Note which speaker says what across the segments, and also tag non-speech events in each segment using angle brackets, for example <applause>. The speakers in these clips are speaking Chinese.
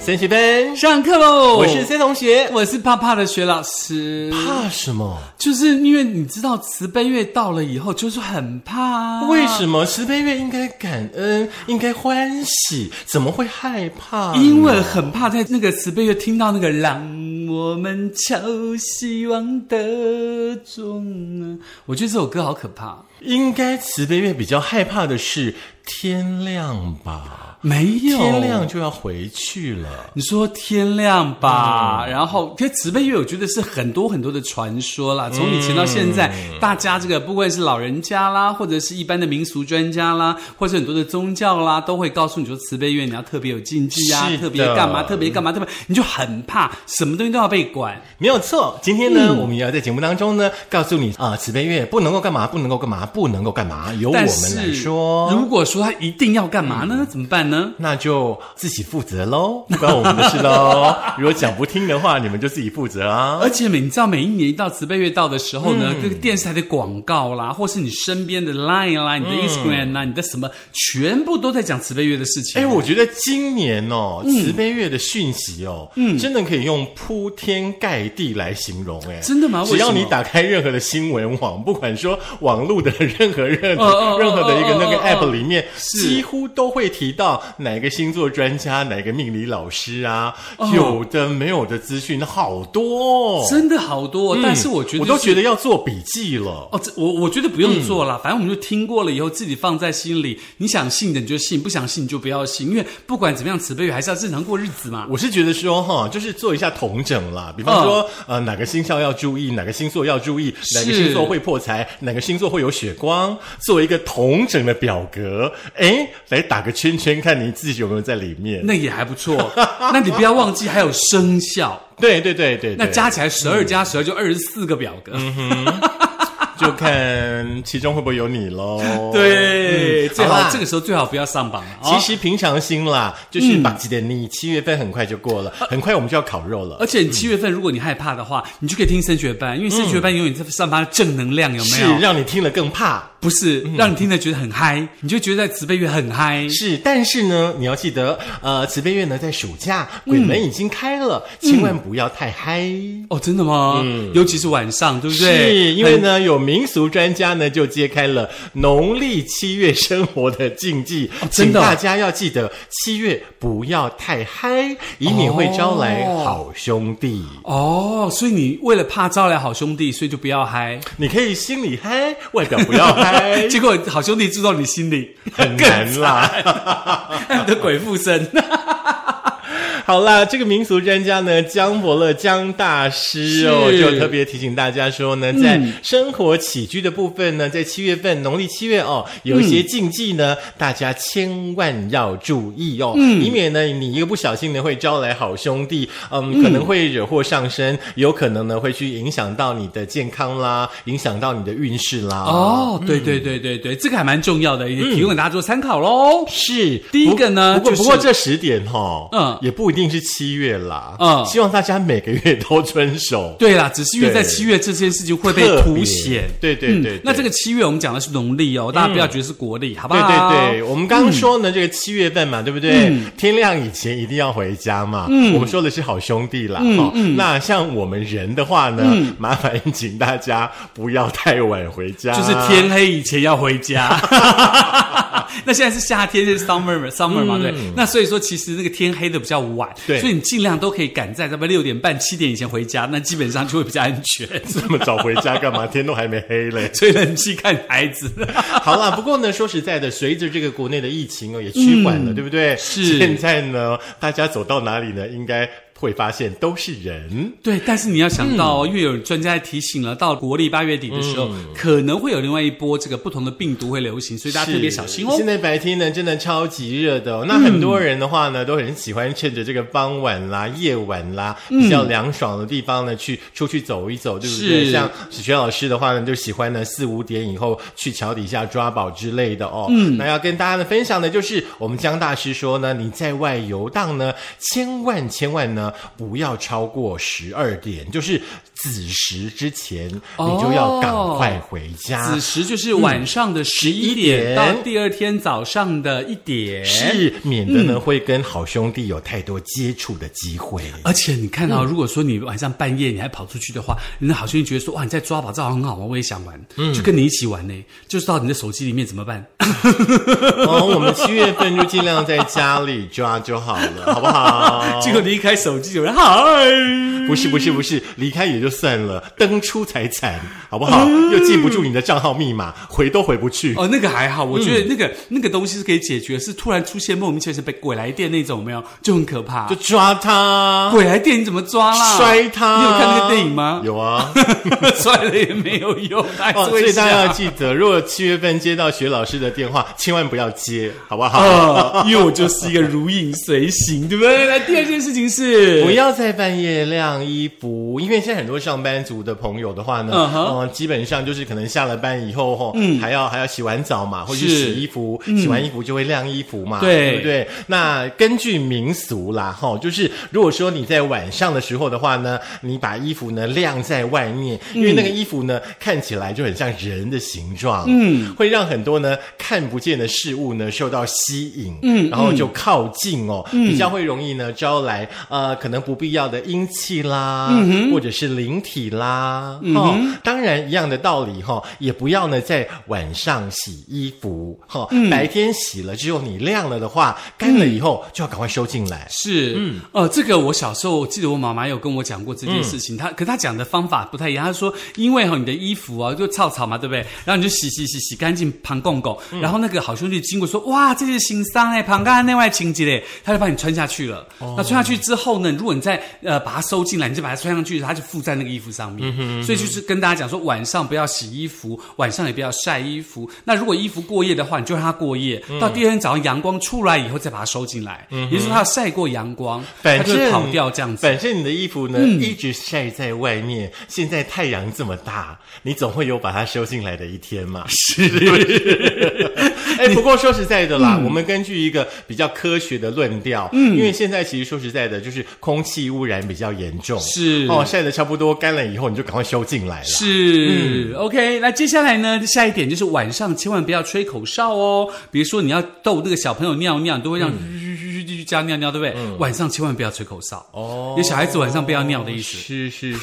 Speaker 1: 森学分，
Speaker 2: 上课喽！
Speaker 1: 我是森同学。
Speaker 2: 我是怕怕的学老师，
Speaker 1: 怕什么？
Speaker 2: 就是因为你知道慈悲月到了以后，就是很怕、啊。
Speaker 1: 为什么慈悲月应该感恩，应该欢喜，怎么会害怕？
Speaker 2: 因为很怕在那个慈悲月听到那个“让我们敲希望的钟”啊，我觉得这首歌好可怕。
Speaker 1: 应该慈悲月比较害怕的是天亮吧？
Speaker 2: 没有
Speaker 1: 天亮就要回去了。
Speaker 2: 你说天亮吧，
Speaker 1: 嗯
Speaker 2: 然后可是慈悲月，我觉得是很多很多的传说啦。从以前到现在，
Speaker 1: 嗯
Speaker 2: 大家这个不管是老人家啦，或者是一般的民俗专家啦，或者很多的宗教啦，都会告诉你说慈悲月你要特别有禁忌啊
Speaker 1: 是，的
Speaker 2: 特别干嘛，特别干嘛，特别你就很怕，什么东西都要被管。
Speaker 1: 没有错，今天呢，我们也要在节目当中呢，告诉你啊、慈悲月不能够干嘛，不能够干嘛，不能够干嘛，由我
Speaker 2: 但
Speaker 1: 们来
Speaker 2: 是
Speaker 1: 说，
Speaker 2: 如果说他一定要干嘛呢？那怎么办呢？
Speaker 1: 那就自己负责喽，不关我们的事喽。 <laughs> 如果讲不听的话，你们就自己负责啊。
Speaker 2: 而且每你知道每一年一到慈悲月到的时候呢，
Speaker 1: 嗯
Speaker 2: 各个电视台的广告啦，或是你身边的 Line 啦、你的
Speaker 1: 嗯
Speaker 2: Instagram 啦、你的什么，全部都在讲慈悲月的事情。
Speaker 1: 哎，我觉得今年哦，
Speaker 2: 嗯
Speaker 1: 慈悲月的讯息哦，嗯，真的可以用铺天盖地来形容，哎，
Speaker 2: 真的吗
Speaker 1: 只要
Speaker 2: 为什么
Speaker 1: 你打开任何的新闻网，不管说网络的任何任
Speaker 2: 哦哦哦
Speaker 1: 任何的一个那个
Speaker 2: 哦哦
Speaker 1: app 里面，
Speaker 2: 是
Speaker 1: 几乎都会提到哪个星座专家、哪个命理老师啊，有的没有的资讯好多哦，
Speaker 2: 哦真的好多、
Speaker 1: 嗯
Speaker 2: 但是我觉得、
Speaker 1: 我都觉得。要嗯做笔记了。
Speaker 2: 哦，这我我觉得不用做啦，反正我们就听过了以后，自己放在心里。你想信的你就信，不想信你就不要信，因为不管怎么样，慈悲月还是要正常过日子嘛。
Speaker 1: 我是觉得说哈，就是做一下统整啦，比方说、呃哪个星象要注意，哪个星座要注意，
Speaker 2: 嗯是
Speaker 1: 哪个星座会破财，哪个星座会有血光，做一个统整的表格，哎，来打个圈圈，看你自己有没有在里面。
Speaker 2: 那也还
Speaker 1: <laughs>
Speaker 2: 不错。那你不要忘记还有生肖，
Speaker 1: 对对对对，对嗯
Speaker 2: 那加起来十二加十二就二十四个表格。
Speaker 1: 就看其中会不会有你喽。
Speaker 2: <laughs>
Speaker 1: 嗯
Speaker 2: 对，最
Speaker 1: 好
Speaker 2: 哦好
Speaker 1: 啦
Speaker 2: 这个时嗯候最好不要上榜了。
Speaker 1: 其
Speaker 2: 哦
Speaker 1: 实平常心啦，就是把记得你七月份很快就过了，
Speaker 2: 呃
Speaker 1: 很快我们就要烤肉了。
Speaker 2: 而且你七月份，如果你害怕的话，你就可以听升学班，因为升学班永远在散发正能量，有没
Speaker 1: 是
Speaker 2: 有？
Speaker 1: 让你听了更怕。
Speaker 2: 不是让你听着觉得很嗨，你就觉得在慈悲月很嗨。
Speaker 1: 是，但是呢，你要记得，呃，慈悲院呢在暑假，
Speaker 2: 嗯
Speaker 1: 鬼门已经开了，千万不要太嗨。
Speaker 2: 哦，真的吗？尤其是晚上，对不对？
Speaker 1: 嗯是因为呢，有民俗专家呢就揭开了农历七月生活的禁忌，请
Speaker 2: 真的哦
Speaker 1: 大家要记得七月不要太嗨，以免会招来好兄弟。
Speaker 2: 哦，所以你为了怕招来好兄弟，所以就不要嗨。
Speaker 1: 你可以心里嗨，外表不要嗨，
Speaker 2: <laughs> 结果好兄弟住到你心里，
Speaker 1: 哎很难啦。
Speaker 2: <laughs> 害得鬼
Speaker 1: <laughs>
Speaker 2: 附身。
Speaker 1: 好啦，这个民俗专家呢，江伯乐江大师哦，
Speaker 2: 是
Speaker 1: 就特别提醒大家说呢，在生活起居的部分
Speaker 2: 嗯
Speaker 1: 呢，在七月份农历七月哦，有一些禁忌呢，大家千万要注意哦，
Speaker 2: 嗯
Speaker 1: 以免呢你一个不小心呢会招来好兄弟，嗯，可能会惹祸上身，有可能呢会去影响到你的健康啦，影响到你的运势啦。，
Speaker 2: 哦，对对对对对，这个还蛮重要的，也
Speaker 1: 嗯
Speaker 2: 提供给大家做参考喽。
Speaker 1: 是
Speaker 2: 第一个呢
Speaker 1: 不过、
Speaker 2: 就是
Speaker 1: 不过这十点哈、哦，嗯
Speaker 2: 嗯，
Speaker 1: 也不一定是七月啦，嗯，
Speaker 2: 嗯
Speaker 1: 希望大家每个月都遵守，
Speaker 2: 对啦，只是因为在
Speaker 1: 对
Speaker 2: 七月这件事情会被
Speaker 1: 特别
Speaker 2: 凸显。嗯
Speaker 1: 对对对对
Speaker 2: 那这个七月我们讲的是农历哦，大家不要觉得是国历，好不
Speaker 1: 对
Speaker 2: 好？
Speaker 1: 对对，我们刚刚说呢，这个七月份
Speaker 2: 嗯
Speaker 1: 嘛，对不对？天亮以前一定要回家嘛。我们说的是好兄弟啦。
Speaker 2: 嗯
Speaker 1: 哈、那像我们人的话呢，麻烦请大家不要太晚回家，
Speaker 2: 就是
Speaker 1: <laughs>
Speaker 2: 天黑以前要回家。 <laughs> 那现在是夏天，就是 summer 嘛 summer 嘛，对。那所以说，其实那个天黑的比较晚，
Speaker 1: 嗯对
Speaker 2: 所以你尽量都可以赶在差不多六点半、七点以前回家，那基本上就会比较安全。 <laughs>
Speaker 1: 这么早回家干嘛？天都还没黑嘞。
Speaker 2: 吹冷气看孩
Speaker 1: <laughs>
Speaker 2: 子，
Speaker 1: 好啦，不过呢，说实在的，随着这个国内的疫情哦也趋缓了，对不对？
Speaker 2: 是
Speaker 1: 现在呢，大家走到哪里呢，应该会发现都是人。
Speaker 2: 对，但是你要想到哦，
Speaker 1: 嗯
Speaker 2: 因为有专家提醒了，到国历八月底的时候，可能会有另外一波这个不同的病毒会流行，所以大家特别小心哦
Speaker 1: 是。现在白天呢，真的超级热的、哦。那很多人的话呢，都很喜欢趁着这个傍晚啦、夜晚啦，比较凉爽的地方呢，去出去走一走，对不对？
Speaker 2: 是
Speaker 1: 像史学老师的话呢，就喜欢呢四五点以后去桥底下抓宝之类的哦。嗯，那要跟大家呢分享的就是，我们江大师说呢，你在外游荡呢，千万千万呢呢，不要超过十二点，就是子时之前，你就要赶快回家。
Speaker 2: 子时就是晚上的十嗯一
Speaker 1: 11
Speaker 2: 点
Speaker 1: 点
Speaker 2: 到第二天早上的一点，
Speaker 1: 是，免得呢、会跟好兄弟有太多接触的机会。
Speaker 2: 而且你看啊，如果说你晚上半夜你还跑出去的话，人家好兄弟觉得说哇你在抓宝，这好像很好啊玩，我也想玩，就跟你一起玩呢，嗯就是到你的手机里面怎么办？
Speaker 1: <laughs> 哦，我们七月份就尽量在家里抓就好了，好不 <laughs> 好？
Speaker 2: 结果离开手机有人嗨，
Speaker 1: 不是不是不是，离开也就算了，登出才惨，好不好？又记不住你的账号密码，回都回不去。
Speaker 2: 哦那个还好，我觉得那个、那个东西是可以解决，是突然出现莫名其妙被鬼来电那种有没有，就很可怕
Speaker 1: 就。抓他，
Speaker 2: 鬼来电你怎么抓啦？
Speaker 1: 摔他。
Speaker 2: 你有看那个电影吗？
Speaker 1: 有 <laughs> 啊。
Speaker 2: <laughs> 摔了也没有用，还
Speaker 1: 哦，所
Speaker 2: 是会
Speaker 1: 以大家要
Speaker 2: 吓。
Speaker 1: 记得，如果七月份接到学老师的电话，千万不要接，好不好？
Speaker 2: 啊，因为我就是一个如影随形，对不对？来，第二件事情是，
Speaker 1: 不要在半夜晾衣服，因为现在很多上班族的朋友的话呢，
Speaker 2: 嗯哼嗯
Speaker 1: 呃基本上就是可能下了班以后，吼，还要还要洗完澡嘛，或者是
Speaker 2: 是嗯
Speaker 1: 洗衣服，洗完衣服就会晾衣服嘛，
Speaker 2: 对
Speaker 1: 不对？那根据民俗啦，哈，就是如果说你在晚上的时候的话呢，你把衣服呢晾在外面，因为那个衣服呢看起来就很像人的形状，嗯，会让很多呢看不见的事物呢受到吸引，嗯，然后就靠近哦，比较会容易呢招来呃可能不必要的阴气啦，或者是灵体啦，哦，当然一样的道理哈、哦，也不要呢在晚上洗衣服哈、哦白天洗了之后你晾了的话，干了以后就要赶快收进来。
Speaker 2: 是，嗯，呃，这个我小时候我记得我妈妈有跟我讲过这件事情，
Speaker 1: 嗯
Speaker 2: 她可她讲的方法不太一样，她说因为哈、你的衣服啊就草草嘛，对不对？然后你就洗洗洗洗干净，旁公公，
Speaker 1: 嗯
Speaker 2: 然后那个好兄弟经过说，哇，这是新伤哎，旁干内外情节嘞，他就把你穿下去了。那穿下去之后呢，如果你再呃把它收进来，你就把它穿上去，它就附在那个衣服上面。所以就是跟大家讲说，晚上不要洗衣服，晚上也不要晒衣服。那如果衣服过夜的话，你就让它过夜，到第二天早上阳光出来以后再把它收进来。也就是说，它晒过阳光，它
Speaker 1: 反
Speaker 2: 就会
Speaker 1: 正
Speaker 2: 跑掉这样子。
Speaker 1: 反正你的衣服呢、一直晒在外面，现在太阳这么大，你总会有把它收进来的一天嘛。 <laughs> 哎，不过说实在的啦，我们根据一个比较科学的论调，嗯，因为现在其实说实在的，就是空气污染比较严重，
Speaker 2: 是
Speaker 1: 哦，晒的差不多干了以后，你就赶快收进来了。
Speaker 2: 是、OK，那接下来呢？下一点就是晚上千万不要吹口哨哦。比如说你要逗那个小朋友尿尿，你都会让嘘嘘嘘嘘嘘加尿尿，对不对？晚上千万不要吹口哨哦，有小孩子晚上不要尿的意思。
Speaker 1: 是 <laughs> 是是，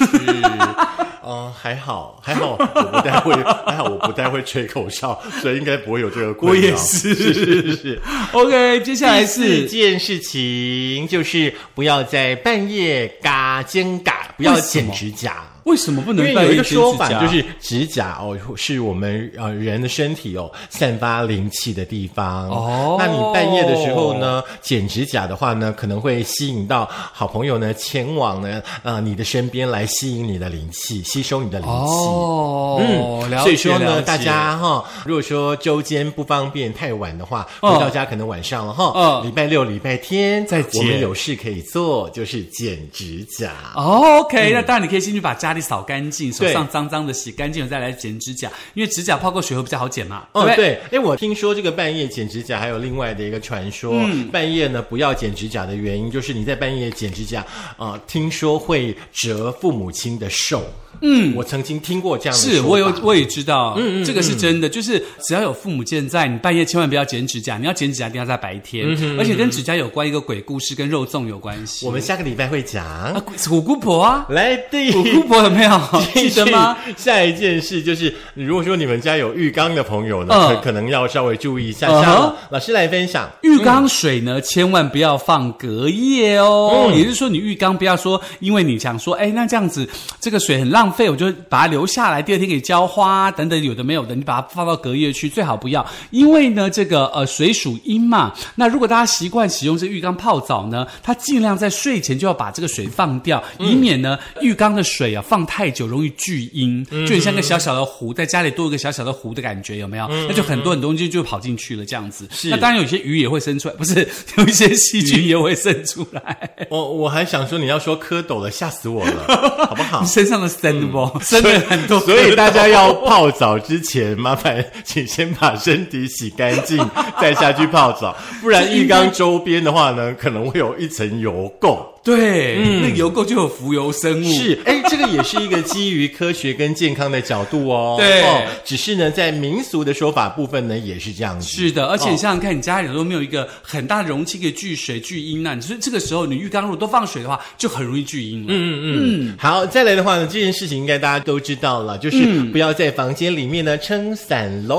Speaker 1: 嗯，还好还好，我不太会，还好我不太会吹口哨，所以应该不会有这个困 <laughs> 扰。
Speaker 2: 我也是
Speaker 1: 是是是。
Speaker 2: <laughs> OK，接下来
Speaker 1: 第四
Speaker 2: 是
Speaker 1: 件事情就是不要在半夜嘎尖嘎，不要
Speaker 2: 为什
Speaker 1: 剪
Speaker 2: 么
Speaker 1: 指甲。
Speaker 2: 为什么不
Speaker 1: 因
Speaker 2: 能
Speaker 1: 为
Speaker 2: 半
Speaker 1: 有一
Speaker 2: 夜
Speaker 1: 个
Speaker 2: 剪
Speaker 1: 说
Speaker 2: 指
Speaker 1: 法
Speaker 2: 甲
Speaker 1: 就是指甲哦，是我们呃人的身体哦散发灵气的地方。
Speaker 2: 哦
Speaker 1: 那你半夜的时候呢，剪指甲的话呢，可能会吸引到好朋友呢前往呢呃你的身边来吸引你的灵气，吸收你的灵气。
Speaker 2: 哦，嗯了解
Speaker 1: 所以说
Speaker 2: 了
Speaker 1: 呢，
Speaker 2: 解
Speaker 1: 大家哈、如果说周间不方便太晚的话，回
Speaker 2: 嗯
Speaker 1: 到家可能晚上了哈、
Speaker 2: 嗯
Speaker 1: 礼拜六、礼拜天
Speaker 2: 再
Speaker 1: 我们
Speaker 2: 剪
Speaker 1: 有事可以做，就是剪指甲。
Speaker 2: 哦 OK，、那当然你可以先去把家里扫干净，手
Speaker 1: 嗯对
Speaker 2: 上脏脏的洗干净了再来剪指甲，因为指甲泡过水会比较好剪嘛，
Speaker 1: 哦
Speaker 2: 对，不对？
Speaker 1: 对，哎，我听说这个半夜剪指甲还有另外的一个传说，
Speaker 2: 嗯
Speaker 1: 半夜呢不要剪指甲的原因就是你在半夜剪指甲啊、呃听说会折父母亲的寿。嗯，我曾经听过这样的
Speaker 2: 是
Speaker 1: 说
Speaker 2: 我有
Speaker 1: 法
Speaker 2: 我也知道，嗯这个是真的，就是只要有父母健在，你半夜千万不要剪指甲，你要剪指甲一定要在白天，
Speaker 1: 嗯
Speaker 2: 而且跟指甲有关一个鬼故事，跟肉粽有关系。
Speaker 1: 我们下个礼拜会讲。
Speaker 2: 啊，鬼虎姑
Speaker 1: <laughs>
Speaker 2: 婆啊，
Speaker 1: 来第
Speaker 2: 虎姑婆有
Speaker 1: <laughs>
Speaker 2: 没有 <laughs> 记得吗？？
Speaker 1: 下一件事就是，如果说你们家有浴缸的朋友呢，
Speaker 2: 嗯
Speaker 1: 可可能要稍微注意一下
Speaker 2: 嗯哼
Speaker 1: 下了。老师来分享，
Speaker 2: 浴缸水呢，千万不要放隔夜哦。也就是说，你浴缸不要说，因为你想说，哎，那这样子这个水很浪费，我就把它留下来，第二天给浇花啊等等，有的没有的，你把它放到隔夜去，最好不要，因为呢，这个呃水属阴嘛。那如果大家习惯使用这浴缸泡澡呢，它尽量在睡前就要把这个水放掉，以免呢浴缸的水啊放太久容易聚阴，就很像个小小的湖，在家里多一个小小的湖的感觉，有没有？那就很多很多东西就跑进去了，这样子。
Speaker 1: 是
Speaker 2: 那当然有些鱼也会生出来，不 <laughs> 是有一些细菌也会生出来，
Speaker 1: 我我还想说你要说蝌蚪了，吓死我
Speaker 2: <laughs>
Speaker 1: 了，好不好
Speaker 2: 你？身上的生不、生了很多，
Speaker 1: 啊嗯所以大家要泡澡之前，麻烦请先把身体洗干
Speaker 2: <laughs>
Speaker 1: 净，再下去泡澡，不然浴缸周边的话呢，可能会有一层油垢。
Speaker 2: 对，那个油垢就有浮游生物。
Speaker 1: 嗯是，哎，这个也是一个基于科学跟健康的角度哦。
Speaker 2: 对
Speaker 1: 哦，只是呢，在民俗的说法部分呢，也是这样子。
Speaker 2: 是的，而
Speaker 1: 哦
Speaker 2: 且你想想看，你家里如果没有一个很大的容器可以聚水聚阴呐、你说这个时候你浴缸如果都放水的话，就很容易聚阴了。嗯，
Speaker 1: 好，再来的话呢，这件事情应该大家都知道了，就是
Speaker 2: 嗯
Speaker 1: 不要在房间里面呢撑伞喽。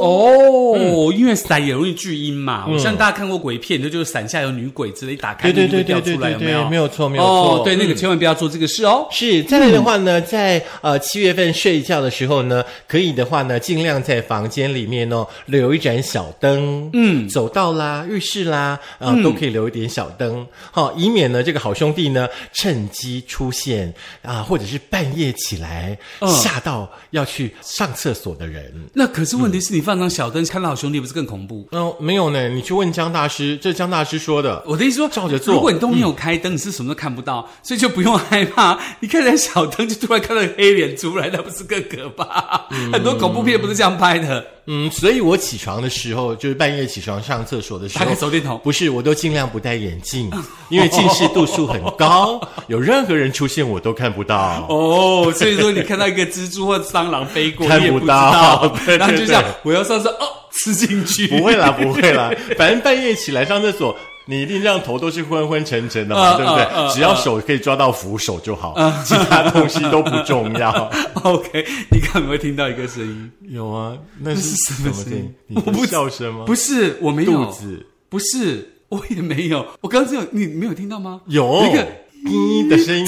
Speaker 2: 哦，因为伞也容易聚阴嘛。我相信大家看过鬼片，你就是伞下有女鬼之类，一打开
Speaker 1: 对嗯对对对
Speaker 2: 女鬼就掉
Speaker 1: 对
Speaker 2: 出来，
Speaker 1: 对
Speaker 2: 有没
Speaker 1: 对，
Speaker 2: 有？
Speaker 1: 没有错，没有
Speaker 2: 哦
Speaker 1: 错，，嗯
Speaker 2: 对，那个千万不要做这个事哦。
Speaker 1: 是，再来的话呢，在呃七月份睡觉的时候呢，可以的话呢，尽量在房间里面哦留一盏小灯，嗯，走道啦、浴室啦，呃，
Speaker 2: 嗯
Speaker 1: 都可以留一点小灯，好、以免呢这个好兄弟呢趁机出现啊、或者是半夜起来、
Speaker 2: 嗯
Speaker 1: 吓到要去上厕所的人。
Speaker 2: 那可是问题是你放张小灯，看到好兄弟不是更恐怖？
Speaker 1: 嗯、没有呢，你去问江大师，这是江大师说的。
Speaker 2: 我的意思说，
Speaker 1: 照着做嗯
Speaker 2: 如果你都没有开灯，你是什么都看不到，所以就不用害怕。 <laughs> 你看见小灯，就突然看到黑脸出来，那不是更可怕？很多恐怖片不是这样拍的。
Speaker 1: 嗯，所以我起床的时候，就是半夜起床上厕所的时候，
Speaker 2: 打开手电筒
Speaker 1: 不是，我都尽量不戴眼镜，
Speaker 2: 哦
Speaker 1: 因为近视度数很高，有任何人出现我都看不到。
Speaker 2: 哦，所以说你看到一个蜘蛛或蟑螂飞
Speaker 1: <laughs>
Speaker 2: 过，
Speaker 1: 看
Speaker 2: 你也
Speaker 1: 不
Speaker 2: 不知
Speaker 1: 到
Speaker 2: 道
Speaker 1: <laughs> 对
Speaker 2: 然后
Speaker 1: 对
Speaker 2: 就像
Speaker 1: 对
Speaker 2: 我要上车哦，吃进去，
Speaker 1: 不会啦，不会啦，反正半夜起来上厕所。你一定让头都是昏昏沉沉的嘛，
Speaker 2: 嗯
Speaker 1: 对不对？
Speaker 2: 嗯嗯
Speaker 1: 只要手可以抓到扶手就好，
Speaker 2: 啊
Speaker 1: 其他东西都不重
Speaker 2: <laughs>
Speaker 1: 要。
Speaker 2: <laughs> OK，你看有没有听到一个声音？
Speaker 1: 有啊，那是
Speaker 2: 是什
Speaker 1: 什
Speaker 2: 么
Speaker 1: 么声
Speaker 2: 声
Speaker 1: 音
Speaker 2: 音？
Speaker 1: 你
Speaker 2: 我不
Speaker 1: 是笑声吗？
Speaker 2: 不是，我没有
Speaker 1: 肚子
Speaker 2: 不是，我也没有。我刚刚只有你没有听到吗？
Speaker 1: 有
Speaker 2: 一个
Speaker 1: 滴的
Speaker 2: <laughs>
Speaker 1: 声音。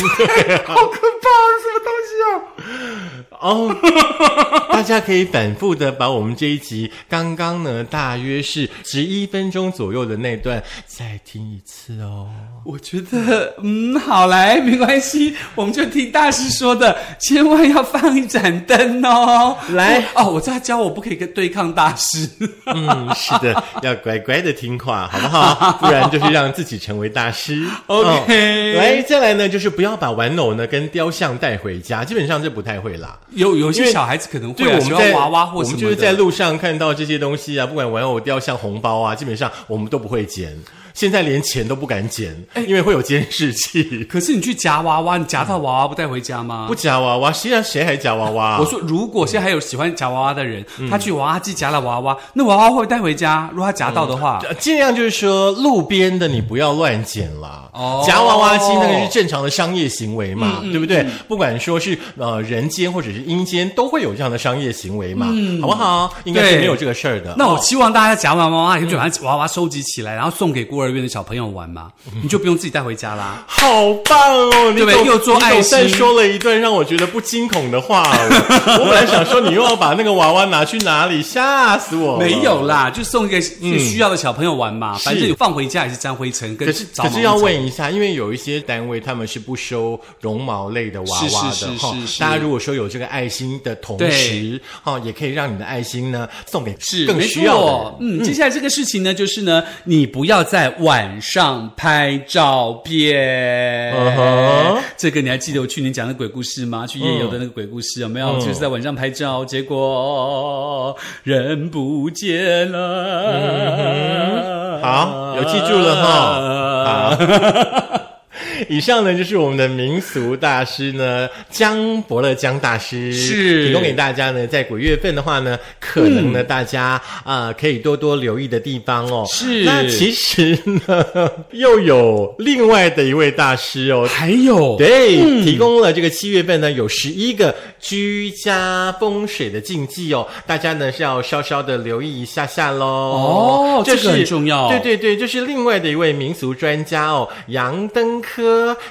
Speaker 2: 好可怕，什么东西啊？
Speaker 1: 哦， <laughs> 大家可以反复的把我们这一集刚刚呢，大约是十一分钟左右的那段再听一次哦。
Speaker 2: 我觉得，嗯，好来，没关系，我们就听大师说的，千万要放一盏灯哦。
Speaker 1: 来
Speaker 2: 我哦，我知道他教我不可以跟对抗大师。 <laughs>
Speaker 1: 嗯，是的，要乖乖的听话，好不好？不然就是让自己成为大师。
Speaker 2: OK
Speaker 1: 哦来，再来呢，就是不要把玩偶呢跟雕像带回家，基本上这不太会啦。
Speaker 2: 有有一
Speaker 1: 因
Speaker 2: 些
Speaker 1: 为
Speaker 2: 小孩子可能会、
Speaker 1: 对，
Speaker 2: 啊、
Speaker 1: 我
Speaker 2: 喜
Speaker 1: 们
Speaker 2: 欢
Speaker 1: 在
Speaker 2: 娃娃或
Speaker 1: 我
Speaker 2: 什么
Speaker 1: 们就
Speaker 2: 的，
Speaker 1: 是在路上看到这些东西啊，不管玩偶、雕像、红包啊，基本上我们都不会捡。现在连钱都不敢捡，
Speaker 2: 哎
Speaker 1: 因为会有监视
Speaker 2: <laughs>
Speaker 1: 器。
Speaker 2: 可是你去夹娃娃，你夹到娃娃不带回家吗？
Speaker 1: 不夹娃娃，现在谁还夹娃娃？
Speaker 2: 我说，如果现在还有喜欢夹娃娃的人，
Speaker 1: 嗯
Speaker 2: 他去娃娃机夹了娃娃，那娃娃会不会带回家？如果他夹到的话，
Speaker 1: 呃尽量就是说，路边的你不要乱捡啦。
Speaker 2: 哦嗯
Speaker 1: 夹娃娃机那个是正常的商业行为嘛，对不对？不管说是呃人间或者是阴间，都会有这样的商业行为嘛，好不好？应该是
Speaker 2: 嗯对
Speaker 1: 没有这个事儿的。
Speaker 2: 那我希望大家夹完娃娃，你就把娃娃收集起来，然后送给孤儿院的小朋友玩嘛，你就不用自己带回家啦。
Speaker 1: 好棒哦！你
Speaker 2: 对不对
Speaker 1: 总
Speaker 2: 又做爱
Speaker 1: 你总算
Speaker 2: 心
Speaker 1: 说了一段让我觉得不惊恐的话
Speaker 2: <laughs>
Speaker 1: 哦。我本来想说你又要把那个娃娃拿去哪里，吓死我了！
Speaker 2: 没有啦，就送给需要的小朋友玩嘛，反正你放回家也是沾灰尘，跟
Speaker 1: 嗯可是
Speaker 2: 找
Speaker 1: 可
Speaker 2: 毛
Speaker 1: 是要
Speaker 2: 虫
Speaker 1: 问一下，因为有一些单位他们是不收绒毛类的娃娃
Speaker 2: 是
Speaker 1: 的
Speaker 2: 是是
Speaker 1: 哈
Speaker 2: 是。是
Speaker 1: 大家如果说有这个爱心的同
Speaker 2: 对
Speaker 1: 时，哈，也可以让你的爱心呢送给
Speaker 2: 是
Speaker 1: 更
Speaker 2: 没
Speaker 1: 需要的
Speaker 2: 错
Speaker 1: 人。
Speaker 2: 嗯，接下来这个事情呢，就是呢，你不要在晚上拍照片。
Speaker 1: 嗯哼
Speaker 2: 这个你还记得我去年讲的鬼故事吗？去夜游的那个鬼故事有没有？
Speaker 1: 嗯
Speaker 2: 就是在晚上拍照，结果人不见了。
Speaker 1: 嗯好有记住了
Speaker 2: 啊
Speaker 1: 哈啊 <laughs> 以上呢就是我们的民俗大师呢江伯乐江大师
Speaker 2: 是
Speaker 1: 提供给大家呢，在鬼月份的话呢，可能呢、大家啊、可以多多留意的地方哦。
Speaker 2: 是
Speaker 1: 那其实呢 <laughs> 又有另外的一位大师哦，
Speaker 2: 还有，
Speaker 1: 对，提供了这个七月份呢有十一个居家风水的禁忌哦，大家呢是要稍稍的留意一下下喽。
Speaker 2: 哦
Speaker 1: 这
Speaker 2: 这个
Speaker 1: 是
Speaker 2: 很重要
Speaker 1: 对对对，这是另外的一位民俗专家哦，杨登科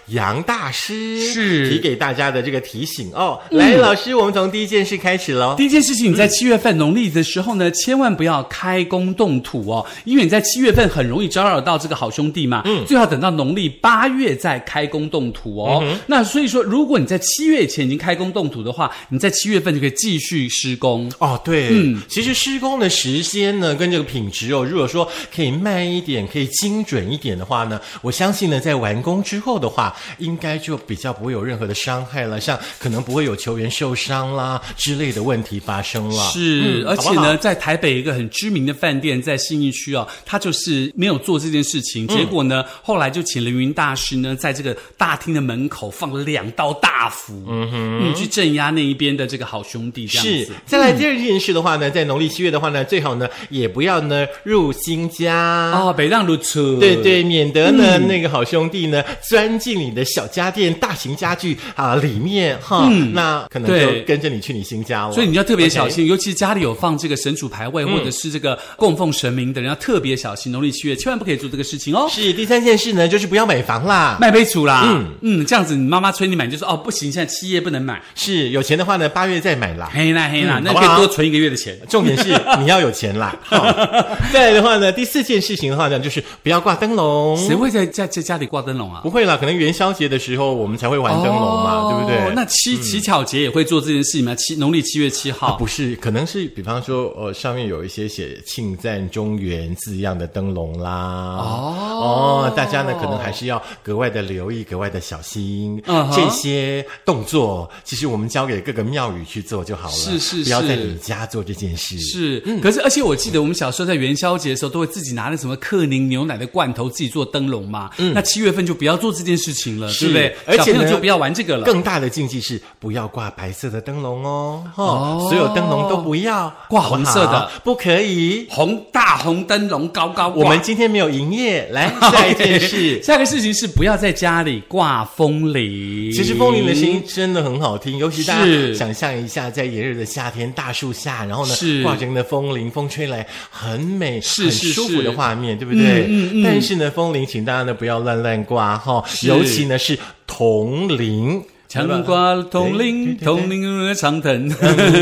Speaker 1: 杨大师
Speaker 2: 是嗯
Speaker 1: 提给大家的这个提醒哦。来，老师，我们从第一件事开始喽。
Speaker 2: 第一件事情，你在七月份农历的时候呢，千万不要开工动土哦，因为你在七月份很容易招惹到这个好兄弟嘛。嗯，最好等到农历八月再开工动土哦。那所以说，如果你在七月前已经开工动土的话，话，你在七月份就可以继续施工。
Speaker 1: 哦，对，嗯，其实施工的时间呢，跟这个品质哦，如果说可以慢一点，可以精准一点的话呢，我相信呢，在完工之后的话，应该就比较不会有任何的伤害了，像可能不会有球员受伤啦之类的问题发生了。
Speaker 2: 是，
Speaker 1: 嗯
Speaker 2: 而且
Speaker 1: 好不
Speaker 2: 呢，
Speaker 1: 好
Speaker 2: 在台北一个很知名的饭店，在信义区啊，他就是没有做这件事
Speaker 1: 嗯
Speaker 2: 情，结果呢，后来就请凌云大师呢，在这个大厅的门口放了两道大符，嗯哼，去镇压那一边的这个好兄弟，这样
Speaker 1: 是
Speaker 2: 子。，
Speaker 1: 再来第二件事的话呢，在农历七月的话呢，最好呢也不要呢入新家
Speaker 2: 哦，北让如初，
Speaker 1: 对对，免得呢、
Speaker 2: 嗯
Speaker 1: 那个好兄弟呢钻进你的小家电、大型家具啊里面哈，那可能
Speaker 2: 嗯对
Speaker 1: 就跟着你去你新家了。
Speaker 2: 所以你要特别小心尤其家里有放这个神主牌位、
Speaker 1: 嗯
Speaker 2: 或者是这个供奉神明的人，要特别小心。农历七月千万不可以做这个事情哦。
Speaker 1: 是第三件事呢，就是不要买房啦。
Speaker 2: 卖杯橱啦，嗯
Speaker 1: 嗯
Speaker 2: 这样子你妈妈催你买，你就说哦不行，现在七月不能买，
Speaker 1: 是有钱的话呢，八月再买啦。
Speaker 2: 黑啦黑啦，
Speaker 1: 嗯
Speaker 2: 那
Speaker 1: 好
Speaker 2: 可
Speaker 1: 不
Speaker 2: 以
Speaker 1: 好
Speaker 2: 多存一个月的钱。
Speaker 1: 重点是你要有钱啦。
Speaker 2: <laughs>
Speaker 1: 哈再来的话呢，第四件事情的话呢，就是不要挂灯笼。
Speaker 2: 谁会在在在家里挂灯笼啊？
Speaker 1: 不会啦，可能元宵节的时候我们才会玩灯笼嘛，
Speaker 2: 哦
Speaker 1: 对不对？嗯
Speaker 2: 那七乞巧节也会做这件事情吗？七农历七月七号、
Speaker 1: 啊，不是，可能是比方说，呃，上面有一些写“庆赞中原”字样的灯笼啦。
Speaker 2: 哦
Speaker 1: 哦，大家呢可能还是要格外的留意，格外的小心。
Speaker 2: 嗯哼
Speaker 1: 这些动作其实我们交给各个庙宇去做就好了，
Speaker 2: 是是
Speaker 1: 不要在
Speaker 2: 是
Speaker 1: 你家做这件事。
Speaker 2: 是，可是而且我记得我们小时候在元宵节的时候，都会自己拿那什么克宁牛奶的罐头自己做灯笼嘛。那七月份就不要做这件事情了，
Speaker 1: 嗯
Speaker 2: 对
Speaker 1: 是
Speaker 2: 不对？
Speaker 1: 而且
Speaker 2: 小朋
Speaker 1: 呢
Speaker 2: 友就不要玩这个了。
Speaker 1: 更大的禁忌是不要挂白色的灯笼哦，哈、所有灯笼都不要
Speaker 2: 挂
Speaker 1: 好不
Speaker 2: 红色的
Speaker 1: 好不可以。
Speaker 2: 红大红灯笼高高挂
Speaker 1: 我们今天没有营业，来 <laughs> 下一件事
Speaker 2: <laughs> OK，。下一个事情是不要在家里挂风铃。
Speaker 1: 其实风铃的声音真的很好听，尤其大
Speaker 2: 是
Speaker 1: 家想象一下，在炎热的夏天，大树下，然后呢
Speaker 2: 是，
Speaker 1: 挂着那风铃，风吹来，很美，
Speaker 2: 是
Speaker 1: 很
Speaker 2: 是
Speaker 1: 舒服
Speaker 2: 是
Speaker 1: 的画面，对不对？
Speaker 2: 嗯嗯嗯
Speaker 1: 但是呢，风铃，请大家呢不要乱乱挂哈，
Speaker 2: 是
Speaker 1: 尤其呢是铜铃。
Speaker 2: 强挂铜
Speaker 1: 对
Speaker 2: 铃，
Speaker 1: 对对对
Speaker 2: 铜铃长藤，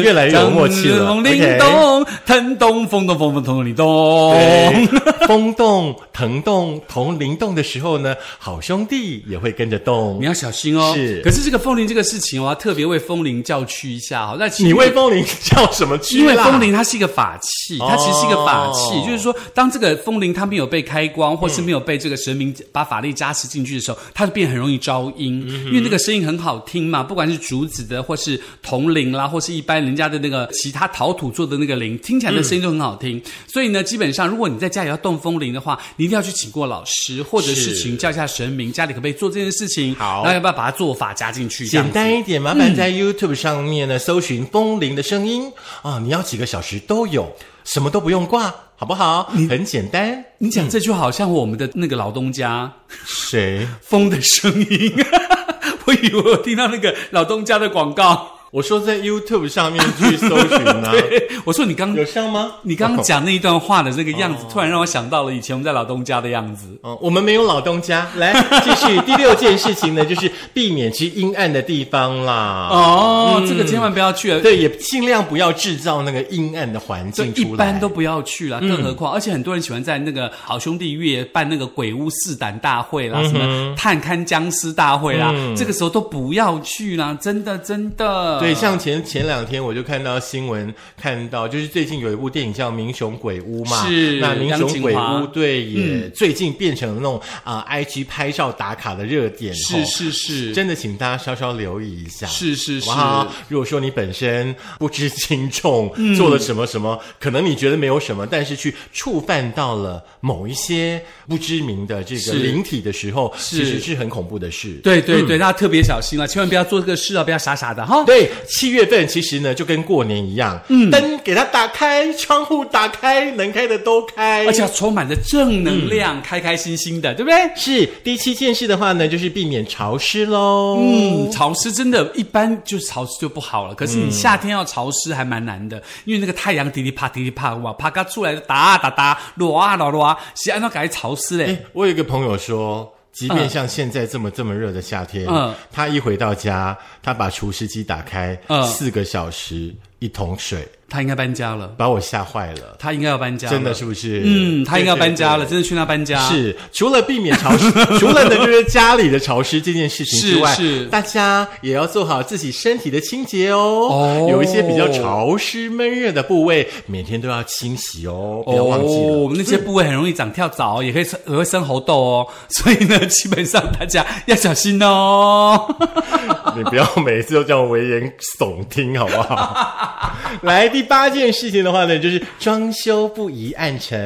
Speaker 1: 越来越有默契了
Speaker 2: 铜铃
Speaker 1: OK
Speaker 2: 咚，腾咚，风咚，风风铜铃咚。
Speaker 1: 对，风动、藤动、铜铃动的时候呢，好兄弟也会跟着动
Speaker 2: <laughs> 你。要小心哦。
Speaker 1: 是
Speaker 2: 可是这个风铃这个事情，我要特别为风铃叫屈一下哈。那其实
Speaker 1: 你为风铃叫什么去
Speaker 2: 因为
Speaker 1: 啦
Speaker 2: 风铃它是一个法器，它其实是一个法器，
Speaker 1: 哦
Speaker 2: 就是说，当这个风铃它没有被开光，或是没有被这个神明把法力加持进去的时候，它就变很容易招阴，
Speaker 1: 嗯
Speaker 2: 因为那个声音很好听嘛，不管是竹子的，或是铜铃啦，或是一般人家的那个其他陶土做的那个铃，听起来的声音都很好
Speaker 1: 嗯
Speaker 2: 听。所以呢，基本上如果你在家里要动风铃的话，你一定要去请过老师，或者
Speaker 1: 是
Speaker 2: 是请教一下神明，家里可不可以做这件事情？
Speaker 1: 好
Speaker 2: 然后要不要把它做法加进去？这样
Speaker 1: 简
Speaker 2: 子
Speaker 1: 单一点，麻
Speaker 2: 嗯
Speaker 1: 烦在 YouTube 上面呢、搜寻“风铃的声音”啊，你要几个小时都有，什么都不用挂，好不好？很简单。
Speaker 2: 你讲这句话好像我们的那个老东家。
Speaker 1: 谁？
Speaker 2: 风的声音。 <laughs> 我以为我听到那个老东家的广告。 <laughs>
Speaker 1: 我说在 YouTube 上面去搜寻呢、
Speaker 2: 对，我说你刚
Speaker 1: 有哦上吗？哦
Speaker 2: 你刚刚讲那一段话的那个样子，突然让我想到了以前我们在老东家的样子。
Speaker 1: 哦，我们没有老东家，来继续第六件事情呢，就是避免去阴暗的地方啦。
Speaker 2: <laughs> 哦，这个千万不要去了。
Speaker 1: 对，也尽量不要制造那个阴暗的环
Speaker 2: 对，
Speaker 1: 境
Speaker 2: 一
Speaker 1: 出来。嗯
Speaker 2: 般都不要去了，更何况，而且很多人喜欢在那个好兄弟月办那个鬼屋试胆大会
Speaker 1: 嗯
Speaker 2: 啦，什么探勘僵尸大会啦，这个时候都不要去啦，真的真的。
Speaker 1: 对，像前前两天我就看到新闻，看到就是最近有一部电影叫《民雄鬼屋》嘛，
Speaker 2: 是
Speaker 1: 那《民
Speaker 2: 杨
Speaker 1: 雄
Speaker 2: 景
Speaker 1: 鬼屋
Speaker 2: 华》嗯
Speaker 1: 对也最近变成了那种啊、IG 拍照打卡的热点，
Speaker 2: 是
Speaker 1: 吼
Speaker 2: 是是，
Speaker 1: 真的，请大家稍稍留意一下。
Speaker 2: 是是是
Speaker 1: 好
Speaker 2: 嗯
Speaker 1: 不好如果说你本身不知轻重，做了什么什么，可能你觉得没有什么，但是去触犯到了某一些不知名的这
Speaker 2: 是
Speaker 1: 个灵体的时候，
Speaker 2: 是
Speaker 1: 其实是很恐怖的事。
Speaker 2: 对对对，大家特别小心了，千万不要做这个事啊，不要傻傻的哈。
Speaker 1: 嗯 <laughs> 对，七月份其实呢就跟过年一样，
Speaker 2: 嗯
Speaker 1: 灯给它打开，窗户打开，能开的都开。
Speaker 2: 而且要充满着正能量，开开心心的，对不对？
Speaker 1: 是第七件事的话呢，就是避免潮湿喽。
Speaker 2: 嗯，潮湿真的，一般就是潮湿就不好了。可是你夏天要潮湿还蛮难的，
Speaker 1: 嗯
Speaker 2: 因为那个太阳滴滴啪滴滴啪，哇，啪嘎出来的哒啊哒哒，落啊落落啊，是按照改潮湿嘞。
Speaker 1: 诶哎我有一个朋友说。即便像现在这么这么热的夏天，
Speaker 2: 嗯
Speaker 1: 他一回到家，他把除湿机打开，
Speaker 2: 嗯
Speaker 1: 四个小时一桶水，
Speaker 2: 他应该搬家了，
Speaker 1: 把我吓坏了，
Speaker 2: 他应该要搬家了，
Speaker 1: 真的是不是？
Speaker 2: 嗯，他应该要搬家了，
Speaker 1: 对。对对
Speaker 2: 真的去那搬家。
Speaker 1: 是，除了避免
Speaker 2: <laughs>
Speaker 1: 潮湿，除了呢就是家里的潮湿这件事情之外，
Speaker 2: 是是
Speaker 1: 大家也要做好自己身体的清洁哦。
Speaker 2: 哦
Speaker 1: 有一些比较潮湿闷热的部位，每天都要清洗哦，不要忘记了。
Speaker 2: 哦，我们那些部位很容易长跳蚤，也可以生也会生猴痘哦，所以呢，基本上大家要小心哦。
Speaker 1: 你不要每次都这样危言耸听，好不好？
Speaker 2: <laughs>
Speaker 1: 来，第八件事情的话呢，就是装修不宜暗沉。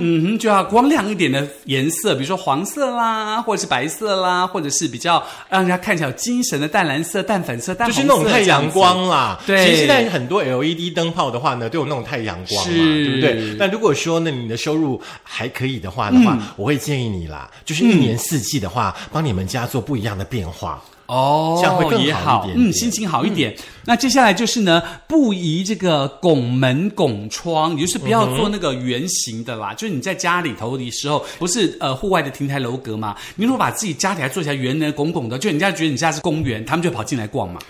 Speaker 2: 嗯哼，就要光亮一点的颜色，比如说黄色啦，或者是白色啦，或者是比较让人家看起来有精神的淡蓝色、淡粉色、淡
Speaker 1: 就
Speaker 2: 红
Speaker 1: 是
Speaker 2: 色
Speaker 1: 那种太阳光啦，
Speaker 2: 这样子
Speaker 1: 其实
Speaker 2: 对
Speaker 1: 现在很多 LED 灯泡的话呢，都有那种太阳光嘛，
Speaker 2: 是
Speaker 1: 对不对？那如果说呢，你的收入还可以的话的话，
Speaker 2: 嗯
Speaker 1: 我会建议你啦，就是一年四季的话，帮你们家做不一样的变化。
Speaker 2: 哦，
Speaker 1: 这样会更好一
Speaker 2: 也
Speaker 1: 点点
Speaker 2: 嗯，心情好一点。那接下来就是呢，不宜这个拱门拱窗，也就是不要做那个圆形的啦。就是你在家里头的时候，不是呃户外的亭台楼阁嘛？你如果把自己家里还做起来圆的拱拱的，就人家觉得你家是公园，他们就跑进来逛嘛。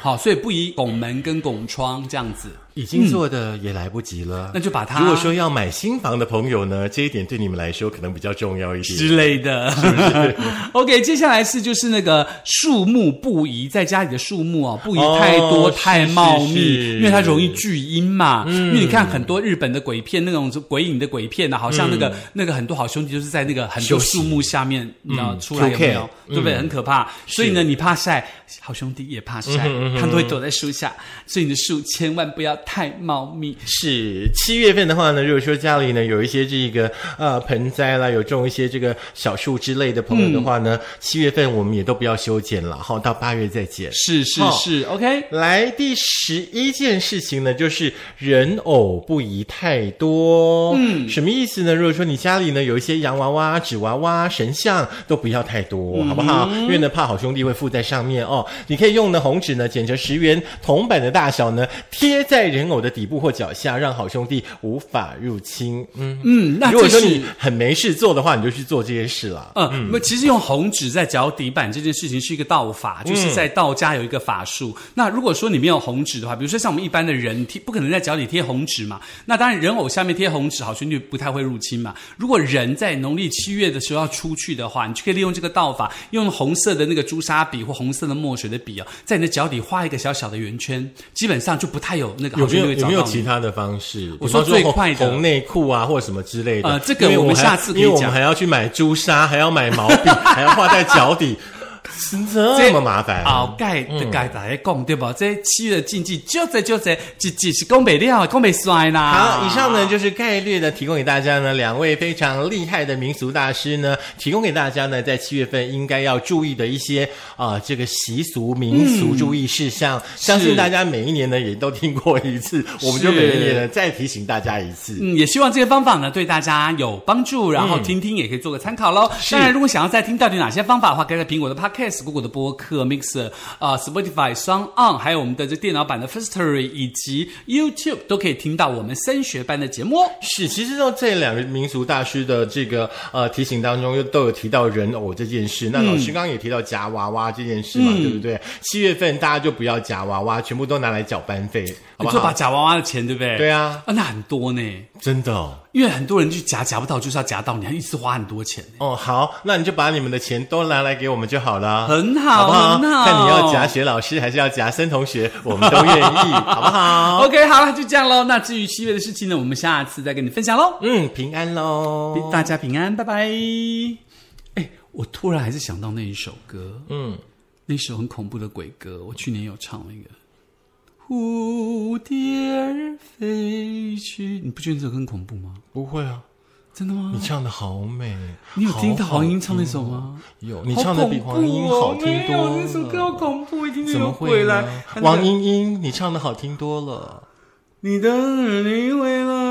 Speaker 2: 好，所以不宜拱门跟拱窗这样子。
Speaker 1: 已经做的也来不及了，
Speaker 2: 嗯那就把它
Speaker 1: 如果说要买新房的朋友呢，这一点对你们来说可能比较重要一点。
Speaker 2: 之类的。OK，接 <laughs> 下来是就是那个树木不宜在家里的树木哦，不宜太多、
Speaker 1: 哦
Speaker 2: 太茂
Speaker 1: 是
Speaker 2: 密，
Speaker 1: 是是嗯
Speaker 2: 因为它容易聚阴嘛。因为你看很多日本的鬼片，那种鬼影的鬼片呢、好像那
Speaker 1: 嗯
Speaker 2: 个、那个很多好兄弟就是在那个很
Speaker 1: 休
Speaker 2: 多
Speaker 1: 息
Speaker 2: 树木下面，你知道、出来
Speaker 1: 2K
Speaker 2: 有没有？对不
Speaker 1: 嗯
Speaker 2: 对？很可怕。所以呢，你怕晒，好兄弟也怕
Speaker 1: 嗯
Speaker 2: 晒，他们都会躲在树下。所以你的树千万不要太茂密。
Speaker 1: 是七月份的话呢，如果说家里呢有一些这个呃盆栽啦，有种一些这个小树之类的朋友的话呢，七月份我们也都不要修剪了，好到八月再剪。
Speaker 2: 是是
Speaker 1: 哦
Speaker 2: 是、o k
Speaker 1: 来，第十一件事情呢，就是人偶不宜太多。嗯，什么意思呢？如果说你家里呢有一些洋娃娃、纸娃娃、神像，都不要太多，好不好？因为呢，怕好兄弟会附在上面哦。你可以用呢红纸呢剪成十元铜板的大小呢，贴在人偶的底部或脚下，让好兄弟无法入侵。嗯，
Speaker 2: 嗯，那
Speaker 1: 如果
Speaker 2: 这
Speaker 1: 说
Speaker 2: 是
Speaker 1: 你很没事做的话，你就去做这些事啦。
Speaker 2: 嗯，那其实用红纸在脚底板这件事情是一个道法，
Speaker 1: 嗯
Speaker 2: 就是在道家有一个法术。那如果说你没有红纸的话，比如说像我们一般的人贴，不可能在脚底贴红纸嘛。那当然，人偶下面贴红纸，好兄弟不太会入侵嘛。如果人在农历七月的时候要出去的话，你就可以利用这个道法，用红色的那个朱砂笔或红色的墨水的笔哦，在你的脚底画一个小小的圆圈，基本上就不太有那个
Speaker 1: 有
Speaker 2: 好
Speaker 1: 没
Speaker 2: 兄弟
Speaker 1: 有
Speaker 2: 会
Speaker 1: 有
Speaker 2: 找
Speaker 1: 没有
Speaker 2: 到
Speaker 1: 其
Speaker 2: 你。
Speaker 1: 他的方式？
Speaker 2: 我说
Speaker 1: 比方
Speaker 2: 最快的
Speaker 1: 红红内裤啊，或者什么之类的。
Speaker 2: 呃这个
Speaker 1: 因为
Speaker 2: 我们
Speaker 1: 还
Speaker 2: 下次可以
Speaker 1: 因为我
Speaker 2: 讲
Speaker 1: 们还要去买朱砂，还要买毛
Speaker 2: <laughs>
Speaker 1: 笔，还要画在脚底，真的这么麻烦
Speaker 2: 后！盖就盖大家讲对吧？这七月的禁忌就这就这，只只是讲不了，讲不衰啦。
Speaker 1: 好，以上呢就是概率的提供给大家呢，两位非常厉害的民俗大师呢，提供给大家呢，在七月份应该要注意的一些啊、这个习俗民俗注意事项，
Speaker 2: 嗯
Speaker 1: 相信大家每一年呢也都听过一次，我们就每一年呢再提醒大家一次。
Speaker 2: 嗯，也希望这些方法呢对大家有帮助，然后听听也可以做个参考喽。
Speaker 1: 嗯
Speaker 2: 当然，如果想要再听到底哪些方法的话，可以在苹果的 Podcast、Google 的播客、Mixer、啊、Spotify、s o n On，还有我们的这电脑版的 Firstory 以及 YouTube 都可以听到我们升学班的节目哦。
Speaker 1: 是，其实呢，这两个民俗大师的这个呃提醒当中，又都有提到人偶这件事。那老
Speaker 2: 嗯
Speaker 1: 师刚刚也提到夹娃娃这件事嘛，对不对？七月份大家就不要夹娃娃，全部都拿来缴班费，好
Speaker 2: 你
Speaker 1: 不
Speaker 2: 就把
Speaker 1: 好？
Speaker 2: 假娃娃的钱，对不对？
Speaker 1: 对啊，
Speaker 2: 啊，那很多呢，
Speaker 1: 真的哦。
Speaker 2: 因为很多人去夹夹不到，就是要夹到，你还一次花很多钱。
Speaker 1: 哦，好，那你就把你们的钱都拿来给我们就好了，
Speaker 2: 很好
Speaker 1: 不好？
Speaker 2: 很好
Speaker 1: 看你要夹雪老师还是要夹森同学，我们都愿意，好不好？
Speaker 2: OK，好了，就这样喽。那至于七月的事情呢，我们下次再跟你分享喽。
Speaker 1: 嗯，平安喽。
Speaker 2: 大家平安，拜拜。哎，我突然还是想到那一首歌，嗯，那首很恐怖的鬼歌，我去年有唱那个。蝴蝶儿飞去，你不觉得这首歌很恐怖吗？
Speaker 1: 不会啊，
Speaker 2: 真的吗
Speaker 1: 你？唱的好美，
Speaker 2: 你有听到
Speaker 1: 好好
Speaker 2: 黄英唱那首吗？
Speaker 1: 有，你唱的比黄英好听
Speaker 2: 没有
Speaker 1: 多了。
Speaker 2: 那首歌好恐怖，一定是
Speaker 1: 怎么
Speaker 2: 有
Speaker 1: 会
Speaker 2: 鬼
Speaker 1: 呢
Speaker 2: 来。
Speaker 1: 王莺莺，你唱的好听多了。
Speaker 2: 你的你回来，